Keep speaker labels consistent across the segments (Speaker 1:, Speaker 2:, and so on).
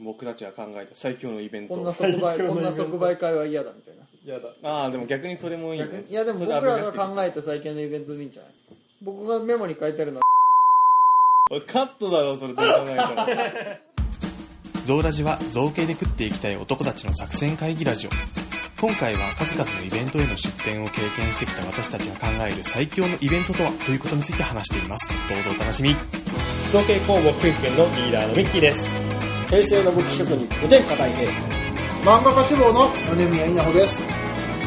Speaker 1: 僕たちが考えた最強のイベン
Speaker 2: こんな
Speaker 1: ト
Speaker 2: 即売
Speaker 3: 最強の
Speaker 2: こんな
Speaker 3: イベント
Speaker 2: 即売会は嫌だみたいな
Speaker 3: やだ
Speaker 1: ああでも逆にそれもいい
Speaker 2: 逆
Speaker 1: ね
Speaker 2: にいやでも
Speaker 1: そ
Speaker 2: 僕
Speaker 1: れ
Speaker 2: らが考
Speaker 1: え
Speaker 2: えた最近のイベントでいいんじゃない僕がメモに書いてあるのは
Speaker 1: カットだろそれどう考えたら
Speaker 4: ゾウラジは造形で食っていきたい男たちの作戦会議ラジオ今回は数々のイベントへの出展を経験してきた私たちが考える最強のイベントとはということについて話していますどうぞお楽しみ
Speaker 3: 造形工房クンクンのリーダーのミッキーです
Speaker 5: 平成の武器職人、無天下太平。
Speaker 2: 漫画家志望の米宮稲穂です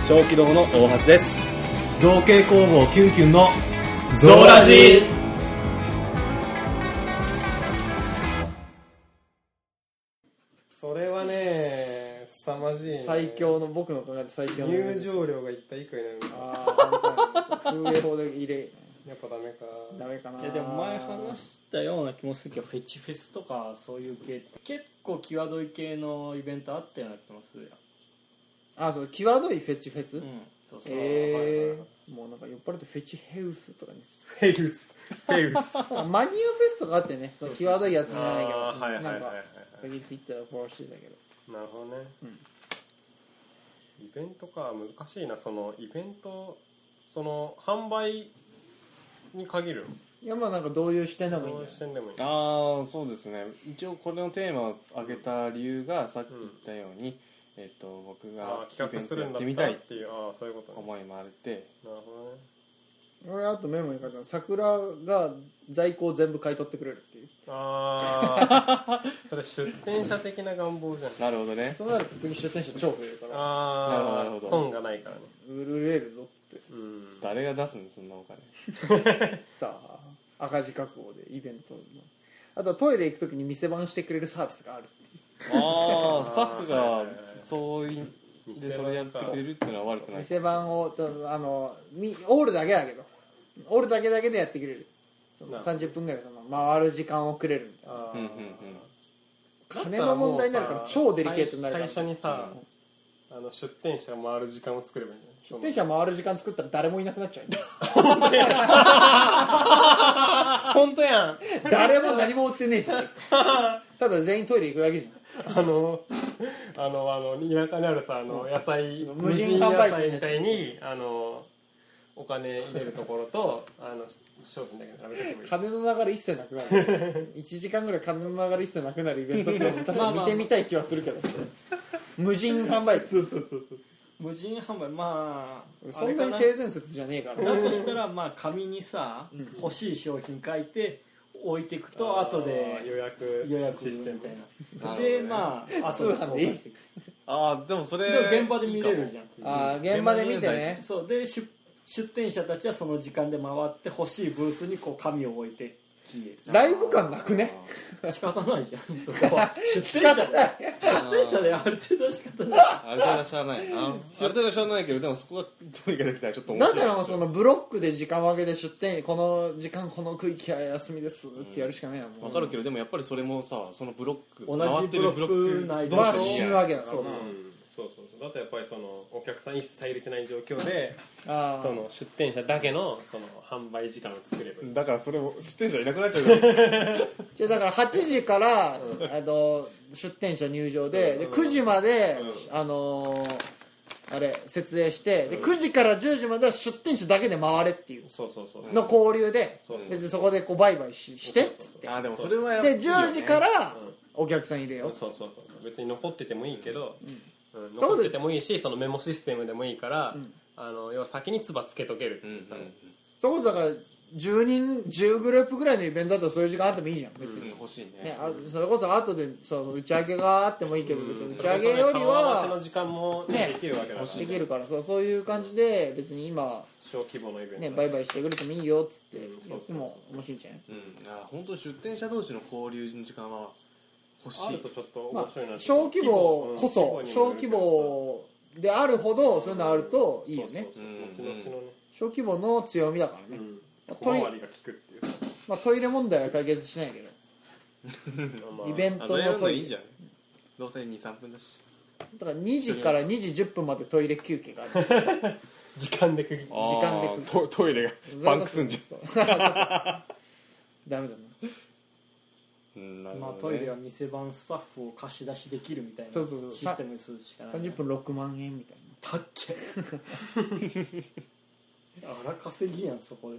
Speaker 5: 小気道の大橋です。
Speaker 4: 造形工房キュンキュンの
Speaker 5: ゾーラジー
Speaker 3: それはね凄まじい、ね、
Speaker 2: 最強の僕の考えた最強のイベン
Speaker 3: 入
Speaker 2: ト
Speaker 3: 場料が一体いくらになるのか
Speaker 2: ああ風営法で入れ
Speaker 3: やっぱダメか
Speaker 2: ダメかない
Speaker 6: やでも前話したような気もするけどフェチフェスとかそういう系って結構際どい系のイベントあったような気もするや
Speaker 2: あそう際どいフェチフェス、
Speaker 6: ん、うん、そうそう、
Speaker 2: ええもうなんか酔っ払ってフェチヘウスとかに
Speaker 3: フェウスフェウスあ
Speaker 2: あマニアフェスとかあってねその際どいやつじゃないけど
Speaker 3: あーはいはいはい
Speaker 2: なん
Speaker 3: は
Speaker 2: か最近ツイッターでフォローしてたけど
Speaker 3: いなるほどね、イベントか難しいなそのイベントその販売に限る
Speaker 2: いやまあなんかどういう視点で
Speaker 3: の
Speaker 2: もいいん
Speaker 3: ど
Speaker 2: じ
Speaker 3: う
Speaker 2: ゃ
Speaker 3: し
Speaker 2: ない
Speaker 3: てんでもいい
Speaker 1: ああそうですね一応これのテーマを挙げた理由がさっき言ったように、えっと僕
Speaker 3: あ
Speaker 1: が
Speaker 3: ー
Speaker 1: イ
Speaker 3: 企
Speaker 1: ベン
Speaker 3: 画す
Speaker 1: ト
Speaker 3: る
Speaker 1: や
Speaker 3: ん
Speaker 1: っ
Speaker 3: だ
Speaker 1: て
Speaker 3: っ
Speaker 1: み
Speaker 3: た
Speaker 1: た
Speaker 3: ら
Speaker 1: い
Speaker 3: っていうああそういうことね
Speaker 1: 思いもあって
Speaker 3: なるほどね
Speaker 2: 俺あとメモに書いたの桜が在庫を全部買い取ってくれるっていう
Speaker 3: ああそれ出店者的な願望じゃん
Speaker 1: なるほどね
Speaker 2: そうなると次出店者超増えるから
Speaker 1: なる
Speaker 3: あ
Speaker 1: ほどなるほ
Speaker 3: あ
Speaker 1: ど
Speaker 3: 損がないからね
Speaker 2: 売れるぞって
Speaker 3: うん
Speaker 1: 誰が出すのそんなお金
Speaker 2: さあ赤字覚悟でイベントのあとはトイレ行く時に店番してくれるサービスがあるっていう
Speaker 1: ああスタッフ
Speaker 3: はい
Speaker 1: が
Speaker 3: はいはい
Speaker 1: そういでそれやってくれるっていうのは悪くない
Speaker 2: 店番をちょっとあのみオールだけだけどオールだけだけでやってくれるその
Speaker 3: なるほど
Speaker 2: 30分ぐらいその回る時間をくれるみたいな
Speaker 3: あー
Speaker 1: うんうんうん
Speaker 2: 金の問題になるから超デリケートになるから
Speaker 3: 最最初にさ、あの出店者が回る時間を作ればいいん
Speaker 2: 出店者回る時間作ったら誰もいなくなっちゃうよ
Speaker 3: 本当やん
Speaker 2: 誰も何も売ってねえじゃん ただ全員トイレ行くだけじゃ
Speaker 3: あのあのあの田舎にあるさあの野菜、
Speaker 2: 無人販売
Speaker 3: 無人野菜みたい
Speaker 2: 店
Speaker 3: にあのお金入れるところとあの商品だけ並べとけばい
Speaker 2: ん
Speaker 3: い
Speaker 2: 金の流れ一切なく なる1時間ぐらい金の流れ一切なくなるイベントって確かに見てみたい気はするけど無人販売機
Speaker 6: 無人販売まあ
Speaker 2: そんなに
Speaker 6: あ
Speaker 2: 性
Speaker 6: れ
Speaker 2: 善説じゃねえか
Speaker 6: か
Speaker 2: ら
Speaker 6: なだとしたらまあ紙にさ、欲しい商品書いて置いていくと後
Speaker 3: あー予
Speaker 6: で
Speaker 3: 約
Speaker 6: 予約
Speaker 3: シ
Speaker 6: み
Speaker 3: ス
Speaker 6: た
Speaker 3: テ
Speaker 6: い
Speaker 3: ム
Speaker 6: な、
Speaker 1: なるほどね
Speaker 6: でまあ
Speaker 2: 通
Speaker 6: 後で
Speaker 2: 販でいい
Speaker 1: ああでもそれ
Speaker 6: でも現場で見れるじゃん
Speaker 2: ああ現場で見てね
Speaker 6: そうで出出店者たちはその時間で回って欲しいブースにこう紙を置いて消え
Speaker 2: ライブ感なくね
Speaker 6: る仕方ないじゃんそ こは出店者出店者である程度は仕方ない
Speaker 1: あれは知らないなあれは知らないけどでもそこがどうにかできたらちょっと面
Speaker 2: だ
Speaker 1: 白い
Speaker 2: からそのブロックで時間を分けて出店この時間この区域は休みですってやるしかないやんも
Speaker 1: わ
Speaker 2: う
Speaker 1: かるけどでもやっぱりそれもさそのブロック
Speaker 6: 同じ
Speaker 1: 回ってる
Speaker 6: ブロック内で
Speaker 1: どう
Speaker 2: まあ
Speaker 1: し
Speaker 2: 死
Speaker 1: ようも
Speaker 2: ぬ
Speaker 1: ない
Speaker 2: わけだからな
Speaker 3: うんそうそうそうだとやっぱりそのお客さん一切入れてない状況で
Speaker 2: ああ
Speaker 3: その出店者だけのその販売時間を作ればいい
Speaker 1: だからそれを出店者いなくなっちゃうから
Speaker 2: じゃあだから8時から、あの出店者入場で,、で9時まで、あのーあれ設営してで9時から10時までは出店者だけで回れっていう
Speaker 3: そうそうそう
Speaker 2: の交流で
Speaker 3: そうそう
Speaker 2: 別にそこでこうバイバイししてっつっ て
Speaker 1: あーでもそれはやっぱ
Speaker 2: で10時からお客さん入れよう
Speaker 3: そうそうそう別に残っててもいいけど、うん
Speaker 2: そう
Speaker 3: 残
Speaker 2: で
Speaker 3: っててもいいしそのメモシステムでもいいから、あの要は先に唾つけとけるって
Speaker 1: うんう
Speaker 3: い
Speaker 1: ん
Speaker 3: うさ、
Speaker 2: そこそだから10人10グループぐらいのイベントだったらそういう時間あってもいいじゃん別
Speaker 1: うん
Speaker 2: に、
Speaker 1: 欲しいね
Speaker 2: ね、あそれこそ後でそうそう打ち上げがあってもいいけど別に打ち上げより
Speaker 3: 顔合わせの
Speaker 2: は
Speaker 3: 時間も
Speaker 2: ね
Speaker 3: ねできるわけだから、
Speaker 2: できるからそうそういう感じで別に今
Speaker 3: 小規模のイベント
Speaker 2: ね、
Speaker 3: だ
Speaker 2: バイバイしてくれてもいいよっつって
Speaker 3: うん
Speaker 2: や
Speaker 3: そうそう
Speaker 2: っ
Speaker 3: そ
Speaker 2: て
Speaker 3: う
Speaker 2: も面白いんじゃない
Speaker 1: うんあー本当に出店者同士の交流の時間は欲し
Speaker 3: ある
Speaker 1: い
Speaker 3: とちょっと
Speaker 2: ま
Speaker 3: 面
Speaker 2: あ
Speaker 3: 白いな、って
Speaker 2: 小規模こそ
Speaker 3: うん
Speaker 2: 小規模であるほどそういうのあるといいよね
Speaker 3: そうそううん後々のね、
Speaker 2: 小規模の強みだから
Speaker 3: う
Speaker 2: ね、
Speaker 3: ん
Speaker 2: まあ
Speaker 3: 小回りが効くっていうさ、
Speaker 2: まあ、トイレ問題は解決しないけど
Speaker 3: まあ
Speaker 2: イベン
Speaker 1: あ
Speaker 2: ト
Speaker 1: のや
Speaker 2: の
Speaker 1: るの
Speaker 2: ト
Speaker 1: いい
Speaker 2: イ
Speaker 1: ん
Speaker 2: レ
Speaker 1: じゃんどうせ23分だし
Speaker 2: だから2時から2時10分までトイレ休憩 がある
Speaker 3: 時間で区切
Speaker 2: 時間で来
Speaker 3: って
Speaker 2: る
Speaker 1: あート トイレがパンクすんじゃん
Speaker 2: ゃんダメだな
Speaker 1: うんなる
Speaker 6: まあ
Speaker 1: ほど
Speaker 6: トイ
Speaker 1: ね
Speaker 6: レは店番スタッフを貸し出しできるみたいな
Speaker 2: そうそうそう
Speaker 6: システムにするしかない、
Speaker 2: 30分6万円みたいな
Speaker 6: たっけ荒稼ぎやんそこで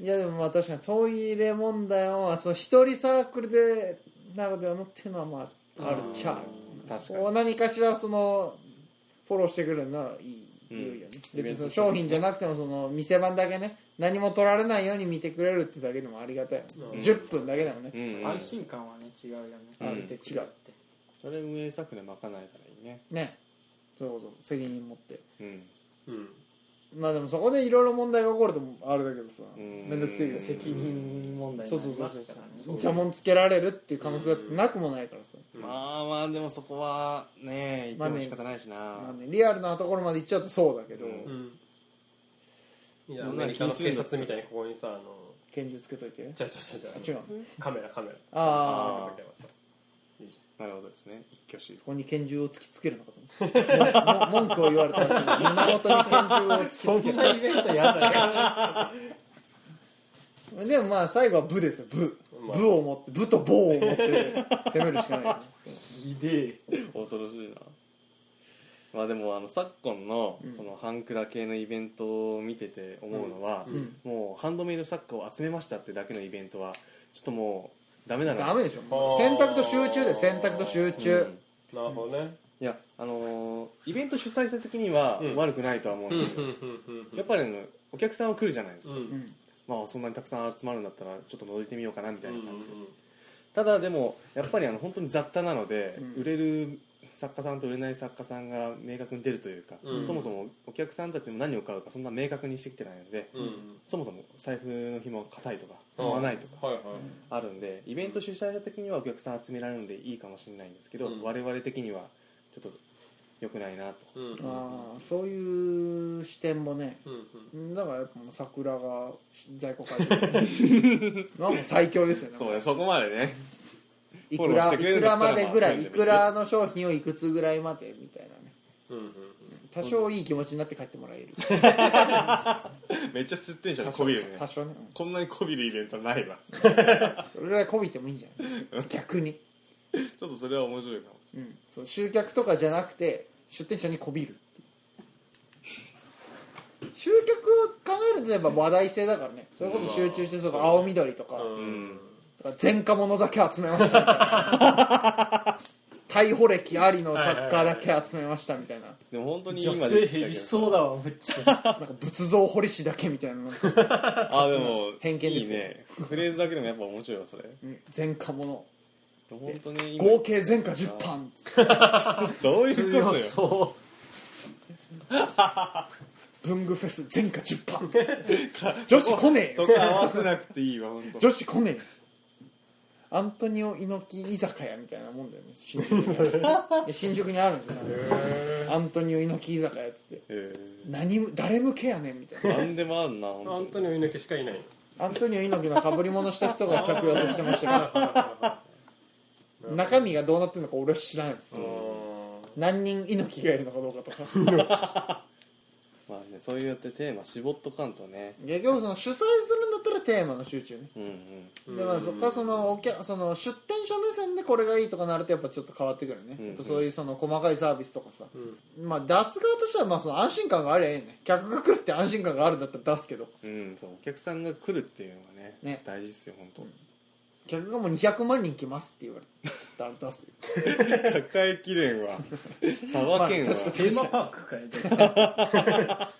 Speaker 2: いやでもまあ確かにトイレ問題はその一人サークルでならではのっていうのはまああるっちゃある
Speaker 1: 確か
Speaker 2: こう何かしらそのフォローしてくれるならいい,、
Speaker 1: うん
Speaker 2: いいよね別にその商品じゃなくてもその店番だけね何も取られないように見てくれるってだけでもありがたいよね、
Speaker 3: うん
Speaker 2: 10分だけでもね、
Speaker 1: に、うんうん、
Speaker 6: 安心感はね違うよね
Speaker 1: うん
Speaker 6: 見てくれるって
Speaker 1: それ運営策で賄えたらいいね
Speaker 2: ねそうそう責任持って
Speaker 1: うん
Speaker 3: うん
Speaker 2: まあでもそこでいろいろ問題が起こるともあれだけどさ
Speaker 1: うん
Speaker 2: 面倒くせえけ
Speaker 1: う
Speaker 2: ど
Speaker 1: ん
Speaker 2: さ
Speaker 6: 責任問題に
Speaker 2: そう
Speaker 6: な
Speaker 2: そう
Speaker 6: り
Speaker 2: そう
Speaker 6: ま
Speaker 2: そう
Speaker 6: すからね
Speaker 2: 邪魔つけられるっていう可能性だってなくもないからさ、
Speaker 1: まあまあでもそこはね言っても仕方ないしな、
Speaker 2: まあね、リアルなところまで行っちゃうとそうだけど、
Speaker 1: うん
Speaker 3: うんいや
Speaker 1: そ
Speaker 3: ア
Speaker 1: んなの
Speaker 3: メリ
Speaker 1: 気
Speaker 3: カ
Speaker 1: に
Speaker 3: の
Speaker 1: する
Speaker 3: 警
Speaker 1: んだ
Speaker 3: 察みたいにここにさあの
Speaker 2: 拳銃つけといて
Speaker 3: じゃあじゃあじゃあ
Speaker 2: あ
Speaker 3: じ
Speaker 2: 違う
Speaker 3: ゃ
Speaker 2: の
Speaker 3: あカメラカメラ
Speaker 2: ああ
Speaker 1: あー
Speaker 3: カメラかけばさいいじ
Speaker 1: なるほどですね一挙手一
Speaker 2: そこに拳銃を突きつけるのかと思っても文句を言われたら胸元に拳銃を突きつけ
Speaker 6: そんなイベントやだよ
Speaker 2: る でもまあ最後は武ですよ武、
Speaker 3: まあ
Speaker 2: 武を持って武と棒を持って攻めるしかないよね
Speaker 6: ひでえ
Speaker 1: 恐ろしいなまあでもあの昨今の
Speaker 2: うん
Speaker 1: そのハンクラ系のイベントを見てて思うのは、
Speaker 3: うん
Speaker 1: もうハンドメイド作家を集めましたってだけのイベントはちょっともうダメだな
Speaker 2: ダメでしょもう選択と集中で選択と集
Speaker 1: う
Speaker 2: 中
Speaker 1: ん、
Speaker 3: ゃんなるほどね
Speaker 1: いやあのーイベント主催者的には
Speaker 3: うん
Speaker 1: 悪くないとは思うんですよ、やっぱりあのお客さんは来るじゃないです
Speaker 3: う
Speaker 1: か、
Speaker 2: うんん
Speaker 1: まあそんなにたくさん集まるんだったらちょっと覗いてみようかなみたいな感じで、
Speaker 3: うんうん
Speaker 1: ただでもやっぱりあの本当に雑多なので、
Speaker 2: うん
Speaker 1: 売れる作家さんと売れない作家さんが明確に出るというか、
Speaker 3: うん
Speaker 1: そもそもお客さんたちも何を買うかそんな明確にしてきてないので、
Speaker 3: うん
Speaker 1: そもそも財布の紐が硬いとか買わないとか
Speaker 3: はいはい
Speaker 1: あるんでイベント主催者的にはお客さん集められるんでいいかもしれないんですけど、
Speaker 3: うん
Speaker 1: 我々的にはちょっと良くないなと、
Speaker 3: うん
Speaker 2: あ
Speaker 3: うん
Speaker 2: あそういう視点もね
Speaker 3: うん
Speaker 2: だからやっぱもう桜が在庫買いてるなんか最強ですよね
Speaker 1: そうねそこまでね
Speaker 2: い
Speaker 1: フ
Speaker 2: く
Speaker 1: ォロー
Speaker 2: ら
Speaker 1: して
Speaker 2: い
Speaker 1: くれる
Speaker 2: く
Speaker 1: んだ
Speaker 2: ら
Speaker 1: った
Speaker 2: ま
Speaker 1: ら
Speaker 2: でぐら
Speaker 1: ま
Speaker 2: い
Speaker 1: あ
Speaker 2: いくらの商品をいくつぐらいまでみたいなね
Speaker 3: うんうん
Speaker 2: 多少いい気持ちになって帰ってもらえる
Speaker 1: めっちゃ出店者
Speaker 2: 多
Speaker 1: が
Speaker 2: 少
Speaker 1: こ
Speaker 2: ね
Speaker 1: びるね
Speaker 2: 多少ね
Speaker 1: こんなにこびるイベントないわ ち
Speaker 2: うんそれぐらいこびてもいいんじゃない逆に、
Speaker 1: ょっとそれは面白いかも
Speaker 2: うん、そう集客とかじゃなくて出店者にこびるっていう集客を考えるとやっぱ話題性だからねそれこそ集中してそうか青緑とか
Speaker 3: うんうん
Speaker 2: だから前科者だけ集めましたみたいな逮捕歴ありの作家だけ集めましたみたいな
Speaker 1: でも本当に
Speaker 6: 女
Speaker 1: 今
Speaker 6: 性減りそうだわむっちゃ
Speaker 2: なんか仏像彫り師だけみたいな
Speaker 1: あでも
Speaker 2: 偏見で
Speaker 1: いい
Speaker 2: すけど
Speaker 1: ねフレーズだけでもやっぱ面白いわそれ
Speaker 2: うん前科者
Speaker 1: 本当ね今
Speaker 2: 合計前科10パン
Speaker 1: どういうこ
Speaker 6: 強
Speaker 1: とよ
Speaker 6: そ
Speaker 2: 文具フェス前科10パン女子来ねえ
Speaker 1: そ
Speaker 2: よ
Speaker 1: こ合わせなくていいわ本当。
Speaker 2: 女子来ねえよアントニオ猪木居酒屋みたいなもんだよね新宿にある新宿にあるんですよアントニオ猪木居酒屋っつって
Speaker 1: え
Speaker 2: 何も誰向けやねんみたい
Speaker 1: えなんでもあんな本
Speaker 3: アン
Speaker 1: 当
Speaker 3: ト
Speaker 1: に
Speaker 3: ニオ猪木しかいない
Speaker 2: なアントニオ猪木のかぶり物した人が客寄せしてましたけど中身がどうなってるのか俺は知らないです
Speaker 3: の
Speaker 2: 何人猪木がいるのかどうかとか
Speaker 1: まあねそうやってテーマ絞っとかんとね
Speaker 2: 結局その主催するんだったらテーマの集中ね
Speaker 1: うんうん
Speaker 2: でまあそこはそのお客その出店者目線でこれがいいとかなるとやっぱちょっと変わってくるよね、
Speaker 1: んうん
Speaker 2: やっぱそういうその細かいサービスとかさ、
Speaker 3: う
Speaker 2: まあ出す側としてはまあその安心感がありゃいいよね客が来るって安心感があるんだったら出すけど
Speaker 1: うんそうお客さんが来るっていうのがね
Speaker 2: ね
Speaker 1: 大事っすよ本当。
Speaker 2: 客がもう200万人来ますって言われたら出すよ
Speaker 1: 抱えきれんわ佐賀県は
Speaker 2: まあ確か
Speaker 6: うテーマパークか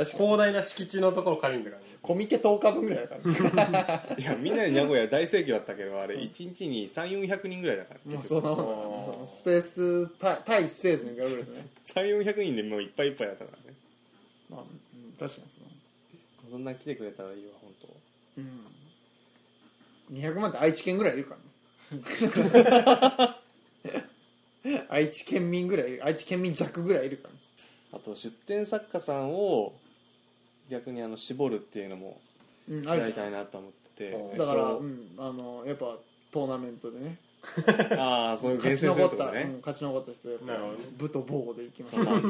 Speaker 6: よ
Speaker 3: 広大な敷地のところ借りるんだからね
Speaker 2: コミケ10日分ぐらいだから、
Speaker 1: いやみんなで名古屋大盛況だったけどあれ一日に3400人ぐらいだから
Speaker 2: もうそんなもんだからねそのスペース対対スペースに比べるとね、
Speaker 1: 3400人でもういっぱいいっぱいだったからね
Speaker 2: まあ、うん確かにその
Speaker 1: そんなん来てくれたらいいわ本当。
Speaker 2: うん、200万って愛知県ぐらいいるからね愛知県民ぐらいいる愛知県民弱ぐらいいるからね
Speaker 1: あと出展作家さんを逆にあの絞るっていうのも
Speaker 2: うんあ
Speaker 1: や
Speaker 2: る
Speaker 1: り
Speaker 2: じ
Speaker 1: た
Speaker 2: ゃ
Speaker 1: い
Speaker 2: ん
Speaker 1: なと思ってて、
Speaker 2: だから、
Speaker 1: えっと
Speaker 2: うん、あのやっぱトーナメントでね
Speaker 1: ああそういう
Speaker 2: 勝
Speaker 1: 厳
Speaker 2: ち
Speaker 1: 選する
Speaker 2: 残
Speaker 1: っ
Speaker 2: ってた、
Speaker 1: こと
Speaker 2: う
Speaker 1: ね
Speaker 2: ん、勝ち残った人やっぱ
Speaker 3: なるほどね
Speaker 2: 武と棒でいきましょ
Speaker 1: まあ
Speaker 2: う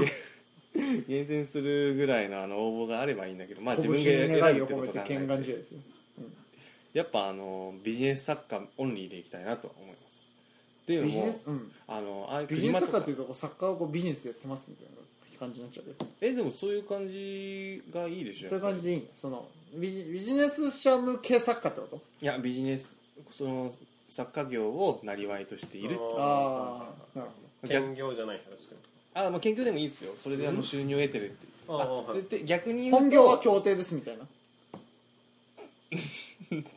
Speaker 1: 厳選するぐらいのあの応募があればいいんだけどまあ自分
Speaker 2: 拳
Speaker 1: で
Speaker 2: に
Speaker 1: 選
Speaker 2: 願
Speaker 1: ぶ
Speaker 2: い
Speaker 1: っ
Speaker 2: を
Speaker 1: て
Speaker 2: 込
Speaker 1: こ
Speaker 2: め
Speaker 1: と
Speaker 2: て
Speaker 1: 考
Speaker 2: 剣
Speaker 1: え
Speaker 2: 眼
Speaker 1: て
Speaker 2: 試合ですよ
Speaker 1: やっぱあのビジネス作家オンリーでいきたいなと思いますっていうの
Speaker 2: ビジネ
Speaker 1: も
Speaker 2: スうん
Speaker 1: あのああいう
Speaker 2: ビジネ
Speaker 1: 車
Speaker 2: スと
Speaker 1: と
Speaker 2: か
Speaker 1: か
Speaker 2: っていうとこう作家をこうビジネスでやってますみたいな感じになっちゃうけど
Speaker 1: えでもそういう感じがいいでしょ
Speaker 2: そういう感じ
Speaker 1: やっぱ
Speaker 2: でいいんやそのビジビジネス者向け作家ってこと
Speaker 1: りいやビジネスその作家業をなりわいとしている
Speaker 2: ああなる
Speaker 1: 逆
Speaker 3: 兼業じゃない話でも
Speaker 1: あまあ研究でもいいですよそれであの収入を得てるっていう、
Speaker 3: ああはい
Speaker 1: でで逆に言う
Speaker 2: ほど
Speaker 1: と
Speaker 2: 本業は協定ですみたいな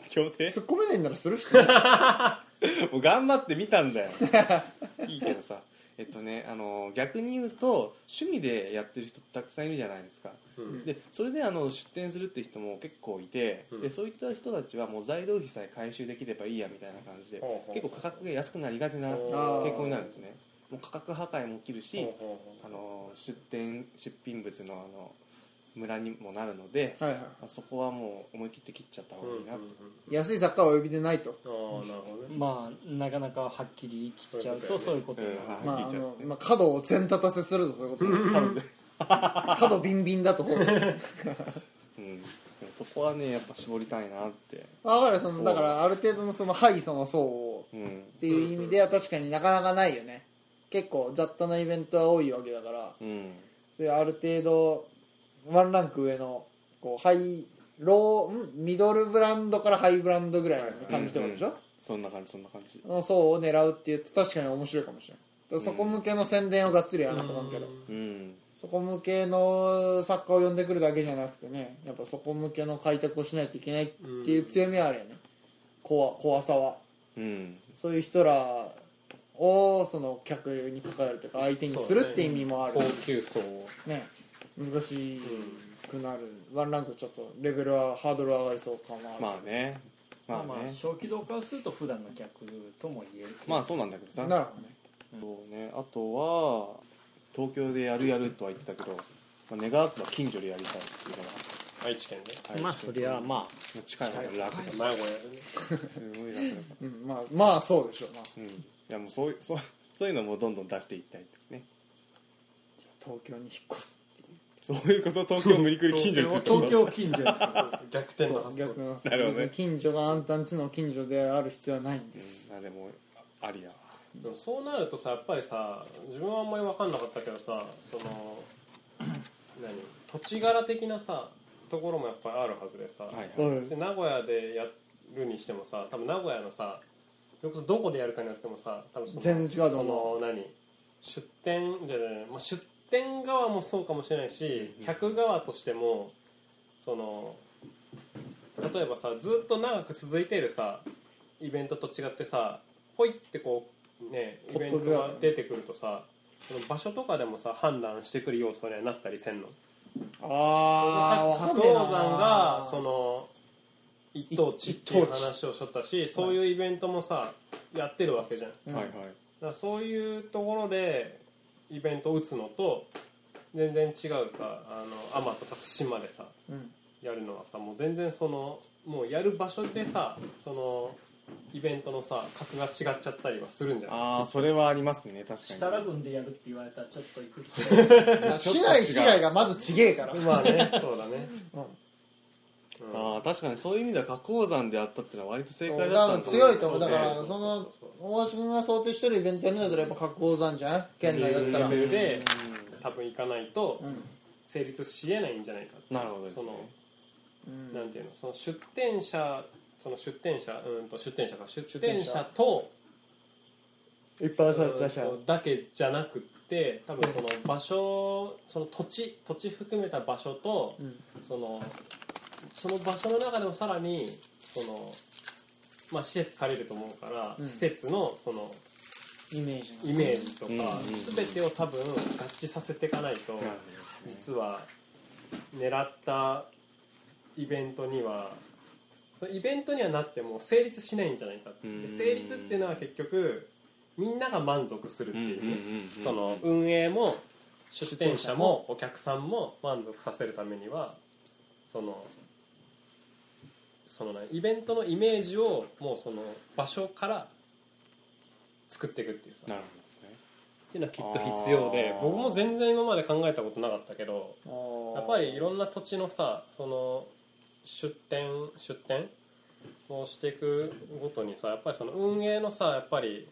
Speaker 1: 協定
Speaker 2: 突っ込めないんならするしかない
Speaker 1: もう頑張ってみたんだよ いいけどさえっとねあの逆に言うと趣味でやってる人たくさんいるじゃないですか
Speaker 3: うん
Speaker 1: でそれであの出店するって人も結構いて、
Speaker 3: うん
Speaker 1: でそういった人たちはもう材料費さえ回収できればいいやみたいな感じで、
Speaker 3: ほうほう
Speaker 1: 結構価格が安くなりがちな
Speaker 3: ほ
Speaker 2: う
Speaker 1: 傾向になるんですねもう価格破壊も起きるし、
Speaker 3: ほうほ
Speaker 1: あの出店出品物のあの村にもなるので、
Speaker 2: はいは
Speaker 1: あそこはもう思い切って切っちゃった方
Speaker 3: う
Speaker 1: が
Speaker 3: うん
Speaker 1: いいなと、
Speaker 2: い安い作家はお呼びでないと
Speaker 3: うんああなるほどね
Speaker 6: まあなかなかはっきり言い切っちゃうとそ
Speaker 3: そうう
Speaker 6: い
Speaker 3: いう
Speaker 6: ことになる、
Speaker 1: うんはい
Speaker 2: まあ
Speaker 1: 聞い
Speaker 2: あ
Speaker 1: ちゃう
Speaker 2: の、まあ、角を全立たせするとそういうこと
Speaker 1: 多分
Speaker 2: 角ビンビンだとそうだ ね
Speaker 1: うん、でもそこはねやっぱ絞りたいなって、
Speaker 2: わかるそのだからある程度のその敗訴の層を
Speaker 1: うん
Speaker 2: っていう意味では確かになかなかないよね結構雑多なイベントは多いわけだから
Speaker 1: うん、
Speaker 2: そういうある程度ワンランク上のこうハイローんミドルブランドからハイブランドぐらいの感じってことでしょ、
Speaker 1: うんうんそんな感じそんな感じ
Speaker 2: の層を狙うっていうと確かに面白いかもしれないだからそこ向けの宣伝をがっつりやらなきゃなんけど、
Speaker 1: うん
Speaker 2: そこ向けの作家を呼んでくるだけじゃなくてねやっぱそこ向けの開拓をしないといけないっていう強みはあるよね、怖怖さは
Speaker 1: うん
Speaker 2: そういう人らをその客に関わるというか相手にするって意味もある
Speaker 3: 高級層を
Speaker 2: ね難しくなる、ワンランクちょっとレベルはハードルは上がりそうかもある
Speaker 1: まあねまあね、
Speaker 6: まあ、小規模化をすると普段の客とも言えるけど
Speaker 1: まあそうなんだけどさ
Speaker 2: なるほどね
Speaker 1: そうねあとは東京でやるやるとは言ってたけど、まあ、願わくば近所でやりたいっていうのが
Speaker 3: 愛知県で
Speaker 1: はい
Speaker 6: まあそりゃまあ
Speaker 1: 近い方が楽だ
Speaker 3: 名古屋でね
Speaker 1: すごい楽だか
Speaker 2: うんまあまあそうでしょう、まあ、
Speaker 1: らうんいやもうそういうそうそういうのもどんどん出していきたいですね
Speaker 2: 東京に引っ越すっていう
Speaker 1: そういうこと東京を無理くり近所にするってこと
Speaker 6: 東京近所にする
Speaker 3: 逆転の発想
Speaker 2: 逆の
Speaker 1: なるほどね
Speaker 2: 別に近所があんたんちの近所である必要はないんです、
Speaker 1: うんあでもありだわ
Speaker 3: でもそうなるとさやっぱりさ自分はあんまり分かんなかったけどさそ の何土地柄的なさところもやっぱりあるはずでさ、
Speaker 1: はい
Speaker 2: うん
Speaker 1: はい
Speaker 3: で名古屋でやるにしてもさ多分名古屋のさそれこそどこでやるかによってもさ多分その
Speaker 2: 全然違うと
Speaker 3: そ
Speaker 2: 思
Speaker 3: の何出店じゃない、まあ、出店側もそうかもしれないし客側としてもその例えばさずっと長く続いているさイベントと違ってさほいってこうねイ
Speaker 2: ポ
Speaker 3: ベ
Speaker 2: ッと
Speaker 3: ント
Speaker 2: 出た
Speaker 3: が出てくるとさその場所とかでもさ判断してくる要素にはなったりせんの
Speaker 2: ああ分か
Speaker 3: 白
Speaker 2: んねえ
Speaker 3: 鷹
Speaker 2: な
Speaker 3: 山がその一等地っていう話をしとったしそういうイベントもさやってるわけじゃんだか
Speaker 1: はいはい
Speaker 3: らそういうところでイベントを打つのと全然違うさあの天とか対馬でさ
Speaker 2: うん
Speaker 3: やるのはさもう全然そのもうやる場所でさそのイベントのさ格が違っちゃったりはするんじゃない
Speaker 1: ああそれはありますね確
Speaker 6: 設
Speaker 1: かに
Speaker 6: 楽郡でやるって言われたらちょっと行く機会が
Speaker 2: 市内市内がまずちげえから
Speaker 3: まあねそうだ ね
Speaker 1: ああ確かにそういう意味では花崗山であったっていうのは割と正
Speaker 2: そう
Speaker 1: 解だ
Speaker 2: 多
Speaker 1: った
Speaker 2: 分
Speaker 1: んだ
Speaker 2: 強いと
Speaker 1: 思
Speaker 2: 思
Speaker 1: う
Speaker 2: うだから
Speaker 3: そ
Speaker 2: そうの大橋君が想定してるイベントやるんだったらやっぱ格好山じゃない県内だったら
Speaker 3: レベルで多分行かないと
Speaker 2: うん
Speaker 3: 成立しえないんじゃないかって
Speaker 1: なるほどです
Speaker 3: そ
Speaker 1: ね
Speaker 3: の
Speaker 2: うん
Speaker 3: なんていうのその出店者その出店者うんと出店者か出
Speaker 2: 店
Speaker 3: 店
Speaker 2: 者
Speaker 3: 者と
Speaker 2: いっぱい出さ出しちゃ
Speaker 3: う
Speaker 2: うん
Speaker 3: とだけじゃなくって多分その場所その土地土地含めた場所と
Speaker 2: うん
Speaker 3: そのその場所の中でもさらにそのまあ施設借りると思うから、
Speaker 2: うん
Speaker 3: 施設のその
Speaker 2: イメージの
Speaker 3: イメージとか、
Speaker 1: うんうんうん
Speaker 3: 全てを多分合致させていかないと、
Speaker 1: なるほどですね
Speaker 3: 実は狙ったイベントにはそのイベントにはなっても成立しないんじゃないかって
Speaker 1: うん
Speaker 3: で成立っていうのは結局みんなが満足するって
Speaker 1: うんうん
Speaker 3: いうね、
Speaker 1: うんうん
Speaker 3: その運営も出店者もお客さんも満足させるためにはそのそのねイベントのイメージをもうその場所から作っていくっていうさ
Speaker 1: なる
Speaker 3: っ
Speaker 1: ほどですね
Speaker 3: ていうのはきっと必要で
Speaker 1: あー
Speaker 3: 僕も全然今まで考えたことなかったけど
Speaker 2: や
Speaker 3: やっぱりいろんな土地のさその出店出店をしていくごとにさやっぱりその運営のさやっぱり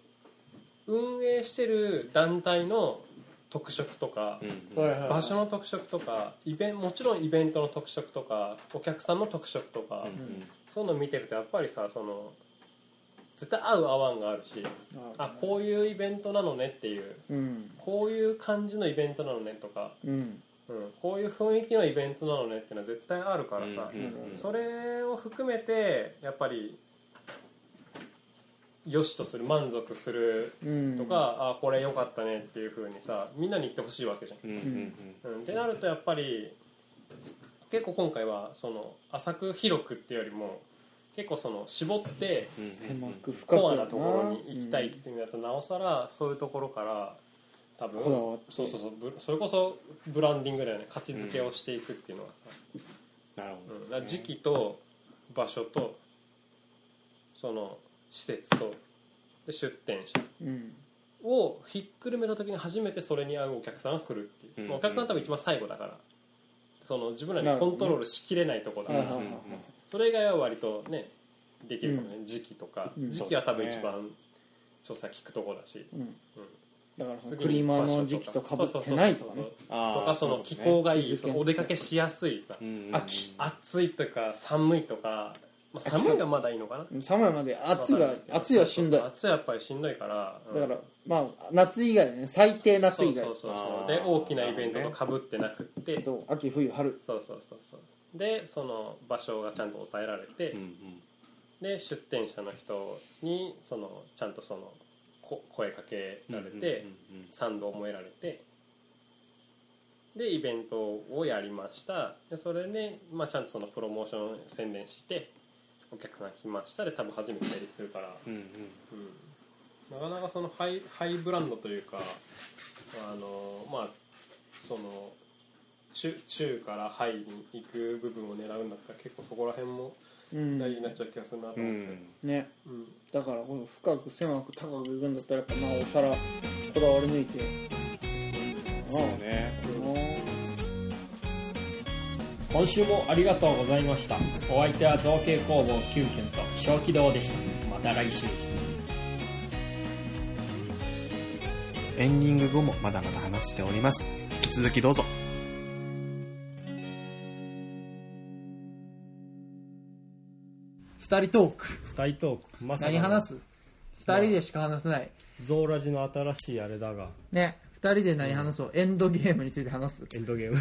Speaker 3: 運営してる団体の特色とか、
Speaker 2: はいはいはい
Speaker 3: 場所の特色とかイベンもちろんイベントの特色とかお客さんの特色とか、そういうの見てるとやっぱりさその絶対合う合わんがあるしあこういうイベントなのねっていう
Speaker 2: うん
Speaker 3: こういう感じのイベントなのねとか、
Speaker 2: うん
Speaker 3: うん、こういう雰囲気のイベントなのねっていうのは絶対あるからさ、それを含めてやっぱり良しとする満足する
Speaker 2: うん
Speaker 3: とか、あこれ良かったねっていう風にさみんなに言ってほしいわけじゃん。うん、ってなるとやっぱり結構今回はその浅く広くっていうよりも結構その絞って
Speaker 6: 狭く深
Speaker 3: コア
Speaker 6: く
Speaker 3: なところに行きたいっていうのだとなおさらそういうところから多分
Speaker 2: こだわって
Speaker 3: そうそうそうぶそれこそブランディングだよね価値づけをしていくっていうのはさ、
Speaker 1: なる
Speaker 3: うん
Speaker 1: ほ
Speaker 3: だ
Speaker 1: ど
Speaker 3: から時期と場所とその施設とで出店者
Speaker 2: うん
Speaker 3: をひっくるめた時に初めてそれに合うお客さんが来るってい
Speaker 1: う
Speaker 3: う、
Speaker 1: ん
Speaker 3: まあお客さんは多分一番最後だからその自分ら
Speaker 2: なる
Speaker 3: に
Speaker 2: ほど
Speaker 3: コントロールしきれないところだ
Speaker 2: は
Speaker 3: か
Speaker 2: い
Speaker 3: ら、
Speaker 2: はいはい
Speaker 3: それ以外は割とねできるかもね、時期とか、
Speaker 2: うん
Speaker 3: 時期は多分
Speaker 1: そうです
Speaker 3: 一
Speaker 1: ね
Speaker 3: 番調査聞くところだし、
Speaker 2: うんだからその
Speaker 3: 次に
Speaker 2: クリーマーの時期とかぶってないとか
Speaker 3: そ
Speaker 2: ね
Speaker 3: うそうそ
Speaker 1: あ
Speaker 3: う
Speaker 1: ー
Speaker 3: そうとかその
Speaker 1: そうです
Speaker 3: 気
Speaker 1: ね
Speaker 3: 候がい
Speaker 2: 日
Speaker 3: いと
Speaker 2: 付
Speaker 3: かお出かけしやすいさ、
Speaker 2: 秋
Speaker 3: 暑いとか寒いとか、まあ、寒いがまだいいのかな
Speaker 2: 寒いまで暑が暑いはしんどい
Speaker 3: 暑いはやっぱりしんどいから、うん
Speaker 2: だからまあ夏以外でね最低夏
Speaker 3: そう
Speaker 2: 以
Speaker 3: そう
Speaker 2: 外
Speaker 3: そうそ
Speaker 1: あー
Speaker 3: うで大きなイベントとかぶってなくって、
Speaker 2: そう秋冬春
Speaker 3: そうそうそうそうでその場所がちゃんと抑えられて、で出店者の人にそのちゃんとそのこ声かけられて、賛同も得られてでイベントをやりましたでそれで、まあ、ちゃんとそのプロモーション宣伝してお客さん来ましたで多分初めてやりするから、うん、なかなかそのハイハイブランドというかあのまあその中中からハイに行く部分を狙うんだったら結構そこら辺も
Speaker 2: うん
Speaker 3: 大事になっちゃう気がするなと思って、
Speaker 2: ね
Speaker 3: うん
Speaker 2: だからこの深く狭く高くいくんだったらやっぱなおさらこだわり抜いて
Speaker 1: そうね
Speaker 5: 今週もありがとうございましたお相手は造形工房キュンキュンと小気道でしたまた来週
Speaker 4: エンディング後もまだまだ話しております引き続きどうぞ
Speaker 2: 二人トーク
Speaker 7: 二人トークまさか
Speaker 2: 何
Speaker 7: の
Speaker 2: 話す二人でしか話せない
Speaker 7: ゾーラジの新しいあれだが
Speaker 2: ね二人で何話そうエンドゲームについて話す
Speaker 7: エンドゲーム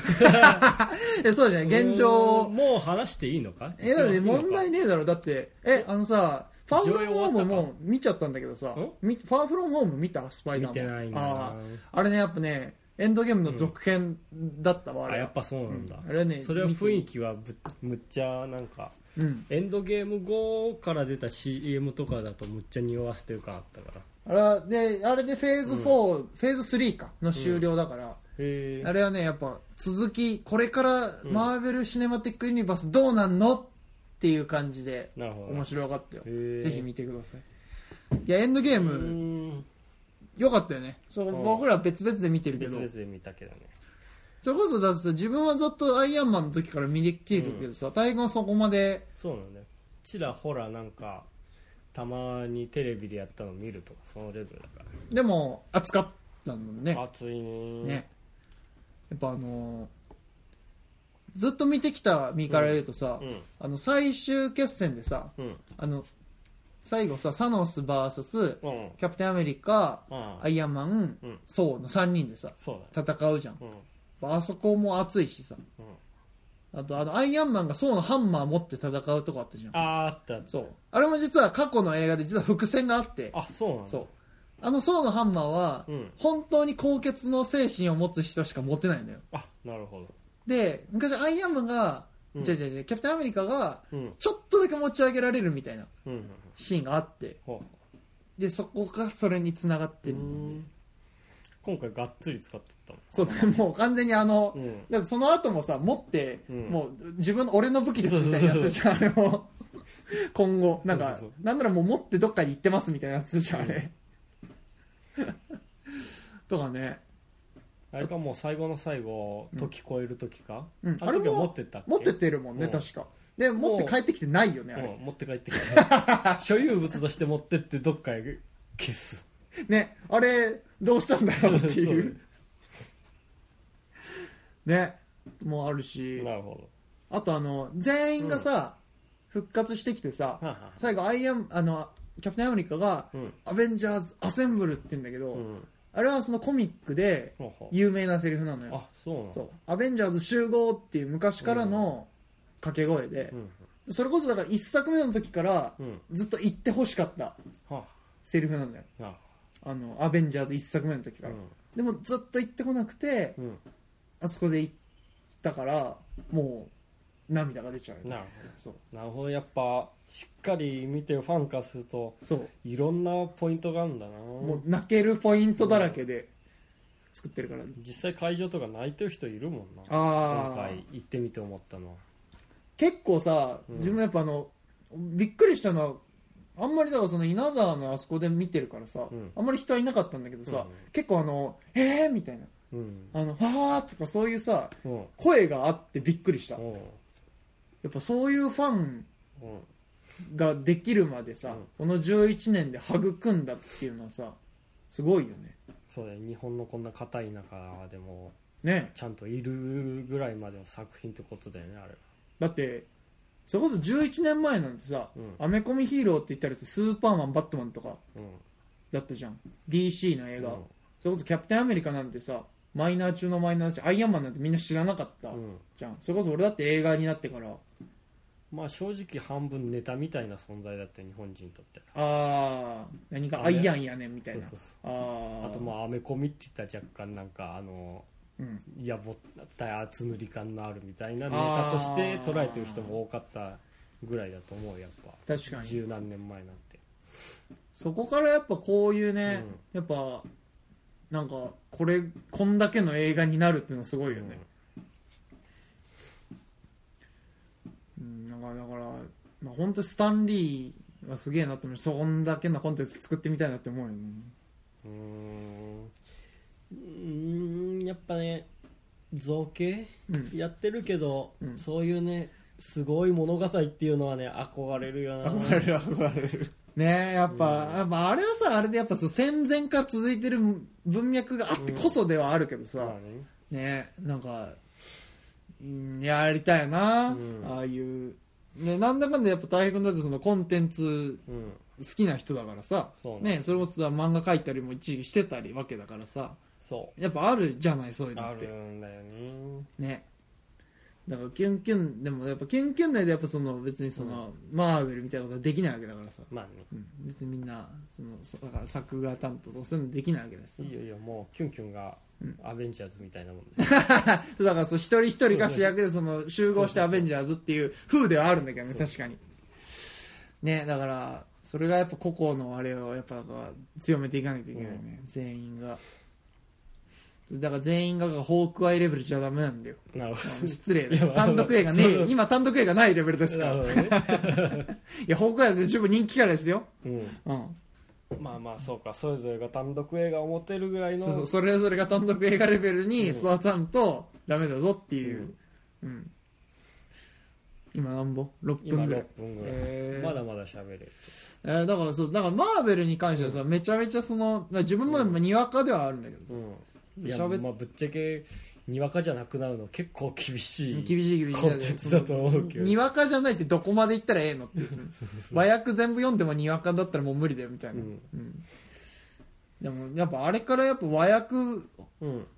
Speaker 2: えそうじゃない現状
Speaker 7: うーんもう話していいのか
Speaker 2: えだって問題
Speaker 7: ね
Speaker 2: ねえだろだってえあのさファーフロムホーム
Speaker 7: 上映終わ
Speaker 2: も見ちゃったんだけどさ
Speaker 7: ん
Speaker 2: みファーフロムホーム見たスパイダーマン
Speaker 7: 見てないな
Speaker 2: あああれねやっぱねエンドゲームの続編だったわ、あ
Speaker 7: あ
Speaker 2: れ
Speaker 7: やっぱそうなんだ、
Speaker 2: うんあれはね
Speaker 7: それは雰囲気はぶむっちゃなんか
Speaker 2: うん
Speaker 7: エンドゲーム後から出た CM とかだとむっちゃ匂わせてる感あったからへ
Speaker 2: あれはであれでフェーズ4、フェーズ3かの終了だから、
Speaker 7: え
Speaker 2: あれはねやっぱ続きこれからマーベル・シネマティック・ユニバースどうなんのっていう感じで
Speaker 7: なるほど
Speaker 2: 面白かったよ
Speaker 7: へー
Speaker 2: ぜひ見てくださいいやエンドゲー
Speaker 7: うー
Speaker 2: ム
Speaker 7: ん
Speaker 2: 良かったよねそう
Speaker 7: うん
Speaker 2: 僕ら別々で見てるけ
Speaker 7: 別
Speaker 2: ど
Speaker 7: 々で見たけどね
Speaker 2: それこそだってさ自分はずっとアイアンマンの時から見てきてるけどさ、大悟はそこまで
Speaker 7: そうなんだよちらほらなんかたまにテレビでやったの見るとかそのレベルだか
Speaker 2: でも熱かったもんね
Speaker 7: ら熱いね
Speaker 2: ねやっぱあのーずっと見てきた身から言うとさ、
Speaker 7: うん
Speaker 2: あの最終決戦でさ
Speaker 7: うん
Speaker 2: あの最後さサノス VS
Speaker 7: うん
Speaker 2: キャプテンアメリカ、
Speaker 7: うん
Speaker 2: アイアンマン、
Speaker 7: うん
Speaker 2: ソーの3人でさ
Speaker 7: そうだね
Speaker 2: 戦うじゃん、
Speaker 7: うん
Speaker 2: あそこも熱いしさ、あとあのアイアンマンがソーのハンマー持って戦うとこあったじゃん
Speaker 7: あーあったあった
Speaker 2: そう。あれも実は過去の映画で実は伏線があって、
Speaker 7: あそうなんだ
Speaker 2: そう。あの、ソーのハンマーは、
Speaker 7: うん
Speaker 2: 本当に高潔の精神を持つ人しか持てないのよ。
Speaker 7: あなるほど
Speaker 2: で、昔アイアンマンが、
Speaker 7: ん
Speaker 2: じゃじゃじゃキャプテンアメリカが、
Speaker 7: うん
Speaker 2: ちょっとだけ持ち上げられるみたいな
Speaker 7: うんうん
Speaker 2: シーンがあって、
Speaker 7: ほ
Speaker 2: で、そこがそれに繋がって
Speaker 7: う
Speaker 2: る。
Speaker 7: うん今回がっつり使ってったもん
Speaker 2: そうだね、もう完全にあの、
Speaker 7: うん
Speaker 2: だってその後もさ、持って、
Speaker 7: うん
Speaker 2: もう自分の俺の武器ですみたいなやつじゃん、あれも。今後、なんか、
Speaker 7: そうそう
Speaker 2: なんならもう持ってどっかに行ってますみたいなやつじゃん、あれ。とかね。
Speaker 7: あれかもう最後の最後時超える時か、
Speaker 2: うん、
Speaker 7: あの時は持ってったっけ
Speaker 2: 持ってってるもんね、
Speaker 7: うん
Speaker 2: 確か。で持って帰ってきてないよねあ
Speaker 3: も
Speaker 2: れ
Speaker 3: う持って帰ってきた所有物として持ってってどっかへ消す
Speaker 2: ねあれどうしたんだろうってい
Speaker 3: そ う
Speaker 2: うねもうあるし
Speaker 3: なるほ
Speaker 2: あとあの全員がさ、復活してきてさ、
Speaker 3: どはあは
Speaker 2: 最後アイアンあのキャプテンアメリカが、
Speaker 3: うん
Speaker 2: アベンジャーズ・アセンブル」って言うんだけど、
Speaker 3: あうん
Speaker 2: あれはそのコミックで
Speaker 3: ほうほう
Speaker 2: 有名なセリフなのよ
Speaker 3: あそうなんだ
Speaker 2: そう「アベンジャーズ集合」っていう昔からの掛け声で
Speaker 3: う、ん
Speaker 2: それこそだから1作目の時から
Speaker 3: うん
Speaker 2: ずっと言ってほしかった
Speaker 3: は
Speaker 2: セリフなんだよ
Speaker 3: あなる
Speaker 2: あのアベンジャーズ1作目の時か
Speaker 3: ほ
Speaker 2: ら、
Speaker 3: ど
Speaker 2: でもずっと言ってこなくて
Speaker 3: うん
Speaker 2: あそこで言ったからもう涙が出ちゃう
Speaker 3: うんなる
Speaker 2: そ
Speaker 3: ほ
Speaker 2: う
Speaker 3: どなるほどやっぱしっかり見てファン化すると
Speaker 2: そう
Speaker 3: いろんなポイントがあるんだな
Speaker 2: もう泣けるポイントだらけで作ってるから、
Speaker 3: 実際会場とか泣いてる人いるもんな今
Speaker 2: ああ
Speaker 3: 回行ってみて思ったのは
Speaker 2: 結構さ
Speaker 3: うん
Speaker 2: 自分やっぱあの、びっくりしたのはあんまりだからその稲沢のあそこで見てるからさ、
Speaker 3: うん
Speaker 2: あんまり人はいなかったんだけどさ、
Speaker 3: う
Speaker 2: 結構あの「えー!」みたいな
Speaker 3: うん
Speaker 2: 「あのはー!」とかそういうさ
Speaker 3: うんうん
Speaker 2: 声があってびっくりした、
Speaker 3: うん
Speaker 2: やっぱそういうファン
Speaker 3: うん
Speaker 2: ができるまでさ、
Speaker 3: うん
Speaker 2: この11年で育んだっていうのはさすごいよね
Speaker 3: そうだよ日本のこんな硬い中でも
Speaker 2: ね
Speaker 3: ちゃんといるぐらいまでの作品ってことだよねあれ
Speaker 2: だってそれこそ11年前なんてさ
Speaker 3: うん
Speaker 2: 「アメコミヒーロー」って言ったらさスーパーマンバットマンとか
Speaker 3: うん
Speaker 2: だったじゃん DC の映
Speaker 3: う
Speaker 2: 画、
Speaker 3: ん
Speaker 2: それこそキャプテンアメリカなんてさマイナー中のマイナーだしアイアンマンなんてみんな知らなかった
Speaker 3: うん
Speaker 2: じゃん、それこそ俺だって映画になってから
Speaker 3: まあ正直半分ネタみたいな存在だったよ日本人にとって
Speaker 2: ああ何かアイアンやねんみたい
Speaker 3: そう
Speaker 2: な、
Speaker 3: そうそ
Speaker 2: あ
Speaker 3: う
Speaker 2: あ
Speaker 3: あとまあアメコミって言ったら若干なんかあの
Speaker 2: うん、
Speaker 3: やぼったい厚塗り感のあるみたいなネタとして捉えてる人も多かったぐらいだと思うやっぱ
Speaker 2: 確かに
Speaker 3: 十何年前なんて
Speaker 2: そこからやっぱこういうね、やっぱなんかこれこんだけの映画になるっていうのはすごいよね、うん、なんかだから、まあ、本当スタンリーはすげえなって思うしそんだけのコンテンツ作ってみたいなって思うよね
Speaker 3: うーんうーんやっぱね造形
Speaker 2: うん
Speaker 3: やってるけど、
Speaker 2: うん
Speaker 3: そういうねすごい物語っていうのはね憧れるよな
Speaker 2: 憧れる憧れるねえやっぱ、やっぱあれはさあれでやっぱそう戦前から続いてる文脈があってこそではあるけど
Speaker 3: ま
Speaker 2: さ
Speaker 3: あ、ね
Speaker 2: ねえなんかうんやりたいな、
Speaker 3: うん
Speaker 2: ああいう、ね、なんだかんだやっぱ大変だってそのコンテンツ
Speaker 3: うん
Speaker 2: 好きな人だからさ
Speaker 3: そうね
Speaker 2: ねそれこそさ漫画描いたりも一時期してたりわけだからさ
Speaker 3: そ
Speaker 2: やっぱあるじゃないそういう
Speaker 3: うあ
Speaker 2: のっ
Speaker 3: る
Speaker 2: て
Speaker 3: んだよね
Speaker 2: ねだからキュンキュンでもやっぱキュンキュン内でやっぱその別にその、マーベルみたいなことはできないわけだからさ、
Speaker 3: まあ
Speaker 2: うん、別にみんなそのそだから作画担当とかそういうのできないわけだしさ
Speaker 3: ねいいよいいよもうキュンキュンが
Speaker 2: うん
Speaker 3: アベンジャーズみたいなもんです
Speaker 2: そうだからそう一人一人が主役でその集合してアベンジャーズっていう風ではあるんだけどね確かにねだからそれがやっぱ個々のあれをやっぱだから強めていかないといけないよね、全員がだから全員がホークアイレベルじゃダメなんだ よ
Speaker 3: なるほ
Speaker 2: あの失礼だ
Speaker 3: い
Speaker 2: よ
Speaker 3: や
Speaker 2: 単独映画ね
Speaker 3: そうそう
Speaker 2: 今単独映画ないレベルです
Speaker 3: ど
Speaker 2: か
Speaker 3: な
Speaker 2: ら
Speaker 3: る
Speaker 2: い
Speaker 3: ほどね、
Speaker 2: やホークアイで十分人気キャラですよ
Speaker 3: うん、
Speaker 2: うん
Speaker 3: まあまあそうかそれぞれが単独映画を持てるぐらいの
Speaker 2: そうそうそれぞれが単独映画レベルに育たんとダメだぞっていううん、今なんぼ6
Speaker 3: 今
Speaker 2: 分ぐらい
Speaker 3: 6分ぐらい、
Speaker 2: えー
Speaker 3: まだまだ喋れる
Speaker 2: えーだからそうだからマーベルに関してはさ、めちゃめちゃそのまあ自分もまあにわかではあるんだけどさ、
Speaker 3: うんいや
Speaker 2: 喋っ
Speaker 3: まあぶっちゃけにわかじゃなくなるの結構厳しい
Speaker 2: 厳しい厳しい
Speaker 3: コンテンツだと思うけど
Speaker 2: にわかじゃないってどこまで行ったらええのって いう和訳全部読んでもにわかだったらもう無理だよみたいな、
Speaker 3: うん
Speaker 2: うんでもやっぱあれからやっぱ和訳
Speaker 3: うん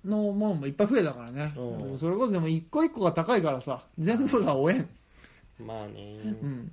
Speaker 2: のものもいっぱい増えたからね、
Speaker 3: うん
Speaker 2: でもそれこそでも一個一個が高いからさ全部がおえん、
Speaker 3: まあね、
Speaker 2: うん、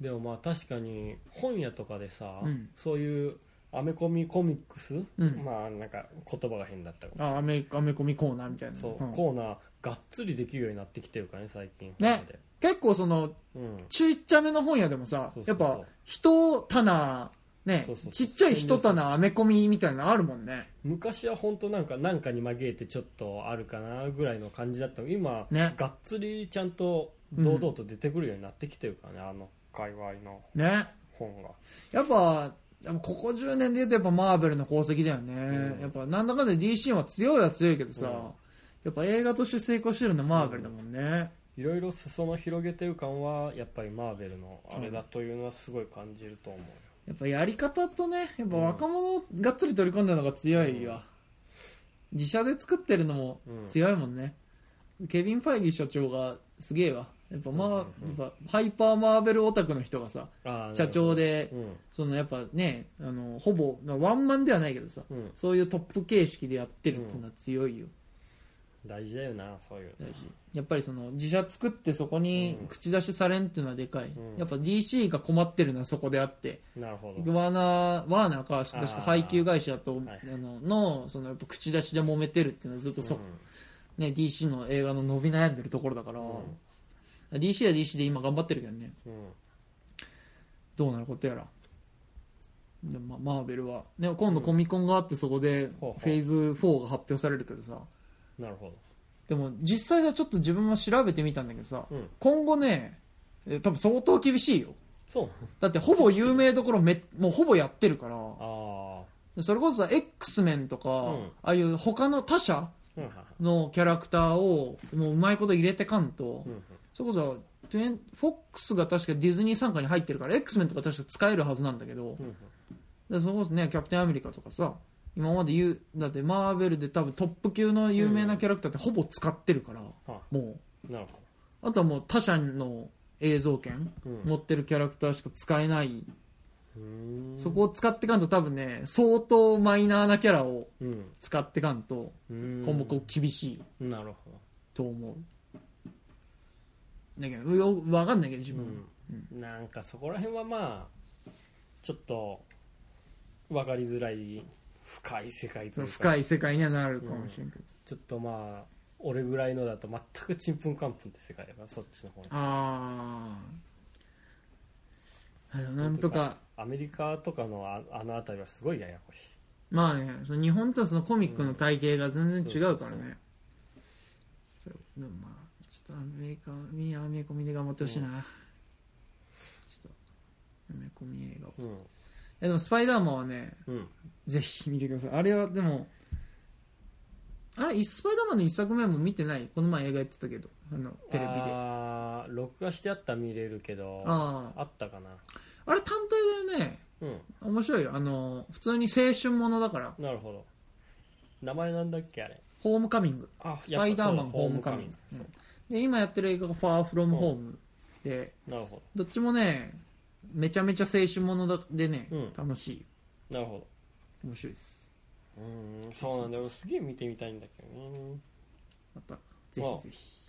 Speaker 3: でもまあ確かに本屋とかでさ、
Speaker 2: うん
Speaker 3: そういうアメコミコミックス、
Speaker 2: うん
Speaker 3: まあなんか言葉が変だったかも
Speaker 2: あアメアメコミコーナーみたいな
Speaker 3: そう、
Speaker 2: ん
Speaker 3: コーナーがっつりできるようになってきてるからね最近
Speaker 2: ね結構その
Speaker 3: 本屋で
Speaker 2: ちっちゃめの本屋でもさ
Speaker 3: そう、そ
Speaker 2: や
Speaker 3: う
Speaker 2: っ
Speaker 3: そう
Speaker 2: ぱ、一棚、ね
Speaker 3: そうそうそ、う
Speaker 2: ちっちゃい一棚アメコミみたいなのあるもんね。
Speaker 3: うん、昔は本当なんかなんかに紛れてちょっとあるかなぐらいの感じだったの今、
Speaker 2: ね
Speaker 3: がっつりちゃんと堂々と出てくるようになってきてるからね、あの界隈の
Speaker 2: ね。
Speaker 3: 本が
Speaker 2: やっぱ、やっぱここ10年で言うとやっぱマーベルの功績だよね。
Speaker 3: ん
Speaker 2: やっぱなんだかんだ DC は強いは強いけどさ、やっぱ映画として成功してるのはマーベルだもんね。
Speaker 3: いろいろ裾野広げてる感はやっぱりマーベルのあれだというのはすごい感じると思うよ、
Speaker 2: やっぱやり方とねやっぱ若者をがっつり取り込んだのが強いわ、自社で作ってるのも強いもんね、ケビン・ファイギー所長がすげえわやっぱまあ、やっぱハイパーマーベルオタクの人がさ
Speaker 3: あー
Speaker 2: 社長、で、
Speaker 3: なるほ
Speaker 2: そのやっぱねあのほぼワンマンではないけどさ、
Speaker 3: どうんうん、
Speaker 2: そういうトップ形式でやってるっていうのは強いよ、
Speaker 3: 大事だよなそういう
Speaker 2: 大事やっぱりその自社作ってそこに口出しされんっていうのはでかい、
Speaker 3: うん
Speaker 2: やっぱ DC が困ってるのはそこであって、
Speaker 3: なるほど
Speaker 2: ワーナーワーナーか確か配給会社と
Speaker 3: はい
Speaker 2: あののそのやっぱ口出しで揉めてるっていうのはずっとそ、ね、DC の映画の伸び悩んでるところだから、DC は DC で今頑張ってるけどね
Speaker 3: うんうん
Speaker 2: どうなることやらでもまあマーベルは、ね、今度コミコンがあってそこでフ
Speaker 3: ほうほう
Speaker 2: ェーズ4が発表されるけどさ、
Speaker 3: なるほど
Speaker 2: でも実際さちょっと自分も調べてみたんだけどさ、
Speaker 3: うん
Speaker 2: 今後ねえ多分相当厳しいよ
Speaker 3: そう
Speaker 2: だってほぼ有名どころめもうほぼやってるから
Speaker 3: あ
Speaker 2: それこそさ X メンとか、
Speaker 3: うん
Speaker 2: ああいう他の他社
Speaker 3: あうん
Speaker 2: のキャラクターをもううまいこと入れてかんと、
Speaker 3: うん
Speaker 2: それこそトゥエンフォックスが確かディズニー傘下に入ってるから X メンとか確か使えるはずなんだけど、
Speaker 3: うん
Speaker 2: でそれこそねキャプテンアメリカとかさ今まで言うだってマーベルで多分トップ級の有名なキャラクターってほぼ使ってるから、
Speaker 3: は
Speaker 2: もう。
Speaker 3: なるほ
Speaker 2: あとはもう他社の映像権
Speaker 3: ど、うん
Speaker 2: 持ってるキャラクターしか使えない、
Speaker 3: うーん
Speaker 2: そこを使ってかんと多分ね相当マイナーなキャラを
Speaker 3: うん
Speaker 2: 使ってかんと
Speaker 3: うん
Speaker 2: 今後こう厳しい
Speaker 3: なるほ
Speaker 2: と思う、だけどよ分かんないけど自
Speaker 3: ど、
Speaker 2: 分、
Speaker 3: うん、なんかそこら辺はまあちょっと分かりづらい深い世界と
Speaker 2: そ
Speaker 3: いう
Speaker 2: の
Speaker 3: か
Speaker 2: 深い世界にはなるかもしれんけど、
Speaker 3: ちょっとまあ俺ぐらいのだと全くちんぷんかんぷんって世界だからそっちの方に
Speaker 2: ああなんとか
Speaker 3: アメリカとかのああの辺りはすごいややこしい
Speaker 2: まあねその日本とはそのコミックの体系が全然違うからね、そうでもまあちょっとアメリカみアメコミで頑張ってほしいな、ちょっとアメコミ映画をい
Speaker 3: うん
Speaker 2: やでも「スパイダーマン」はね
Speaker 3: うん
Speaker 2: ぜひ見てくださいあれはでもあれスパイダーマンの一作目も見てないこの前映画やってたけどあのテレビであ
Speaker 3: あー録画してあったら見れるけどあ
Speaker 2: あ
Speaker 3: ったかな
Speaker 2: あれ単体でね
Speaker 3: うん
Speaker 2: 面白いよあの普通に青春ものだから
Speaker 3: なるほど名前なんだっけあれ
Speaker 2: ホームカミング
Speaker 3: あ
Speaker 2: スパイダーマンホームカミングで今やってる映画が「ファーフロムホームで
Speaker 3: なるほ
Speaker 2: どっちもねめちゃめちゃ青春ものだでね、
Speaker 3: うん
Speaker 2: 楽しい
Speaker 3: どなるほ
Speaker 2: 面白いです
Speaker 3: どうんそうなんだよすげえ見てみたいんだけどね
Speaker 2: またぜ
Speaker 3: わあ
Speaker 2: ひぜひ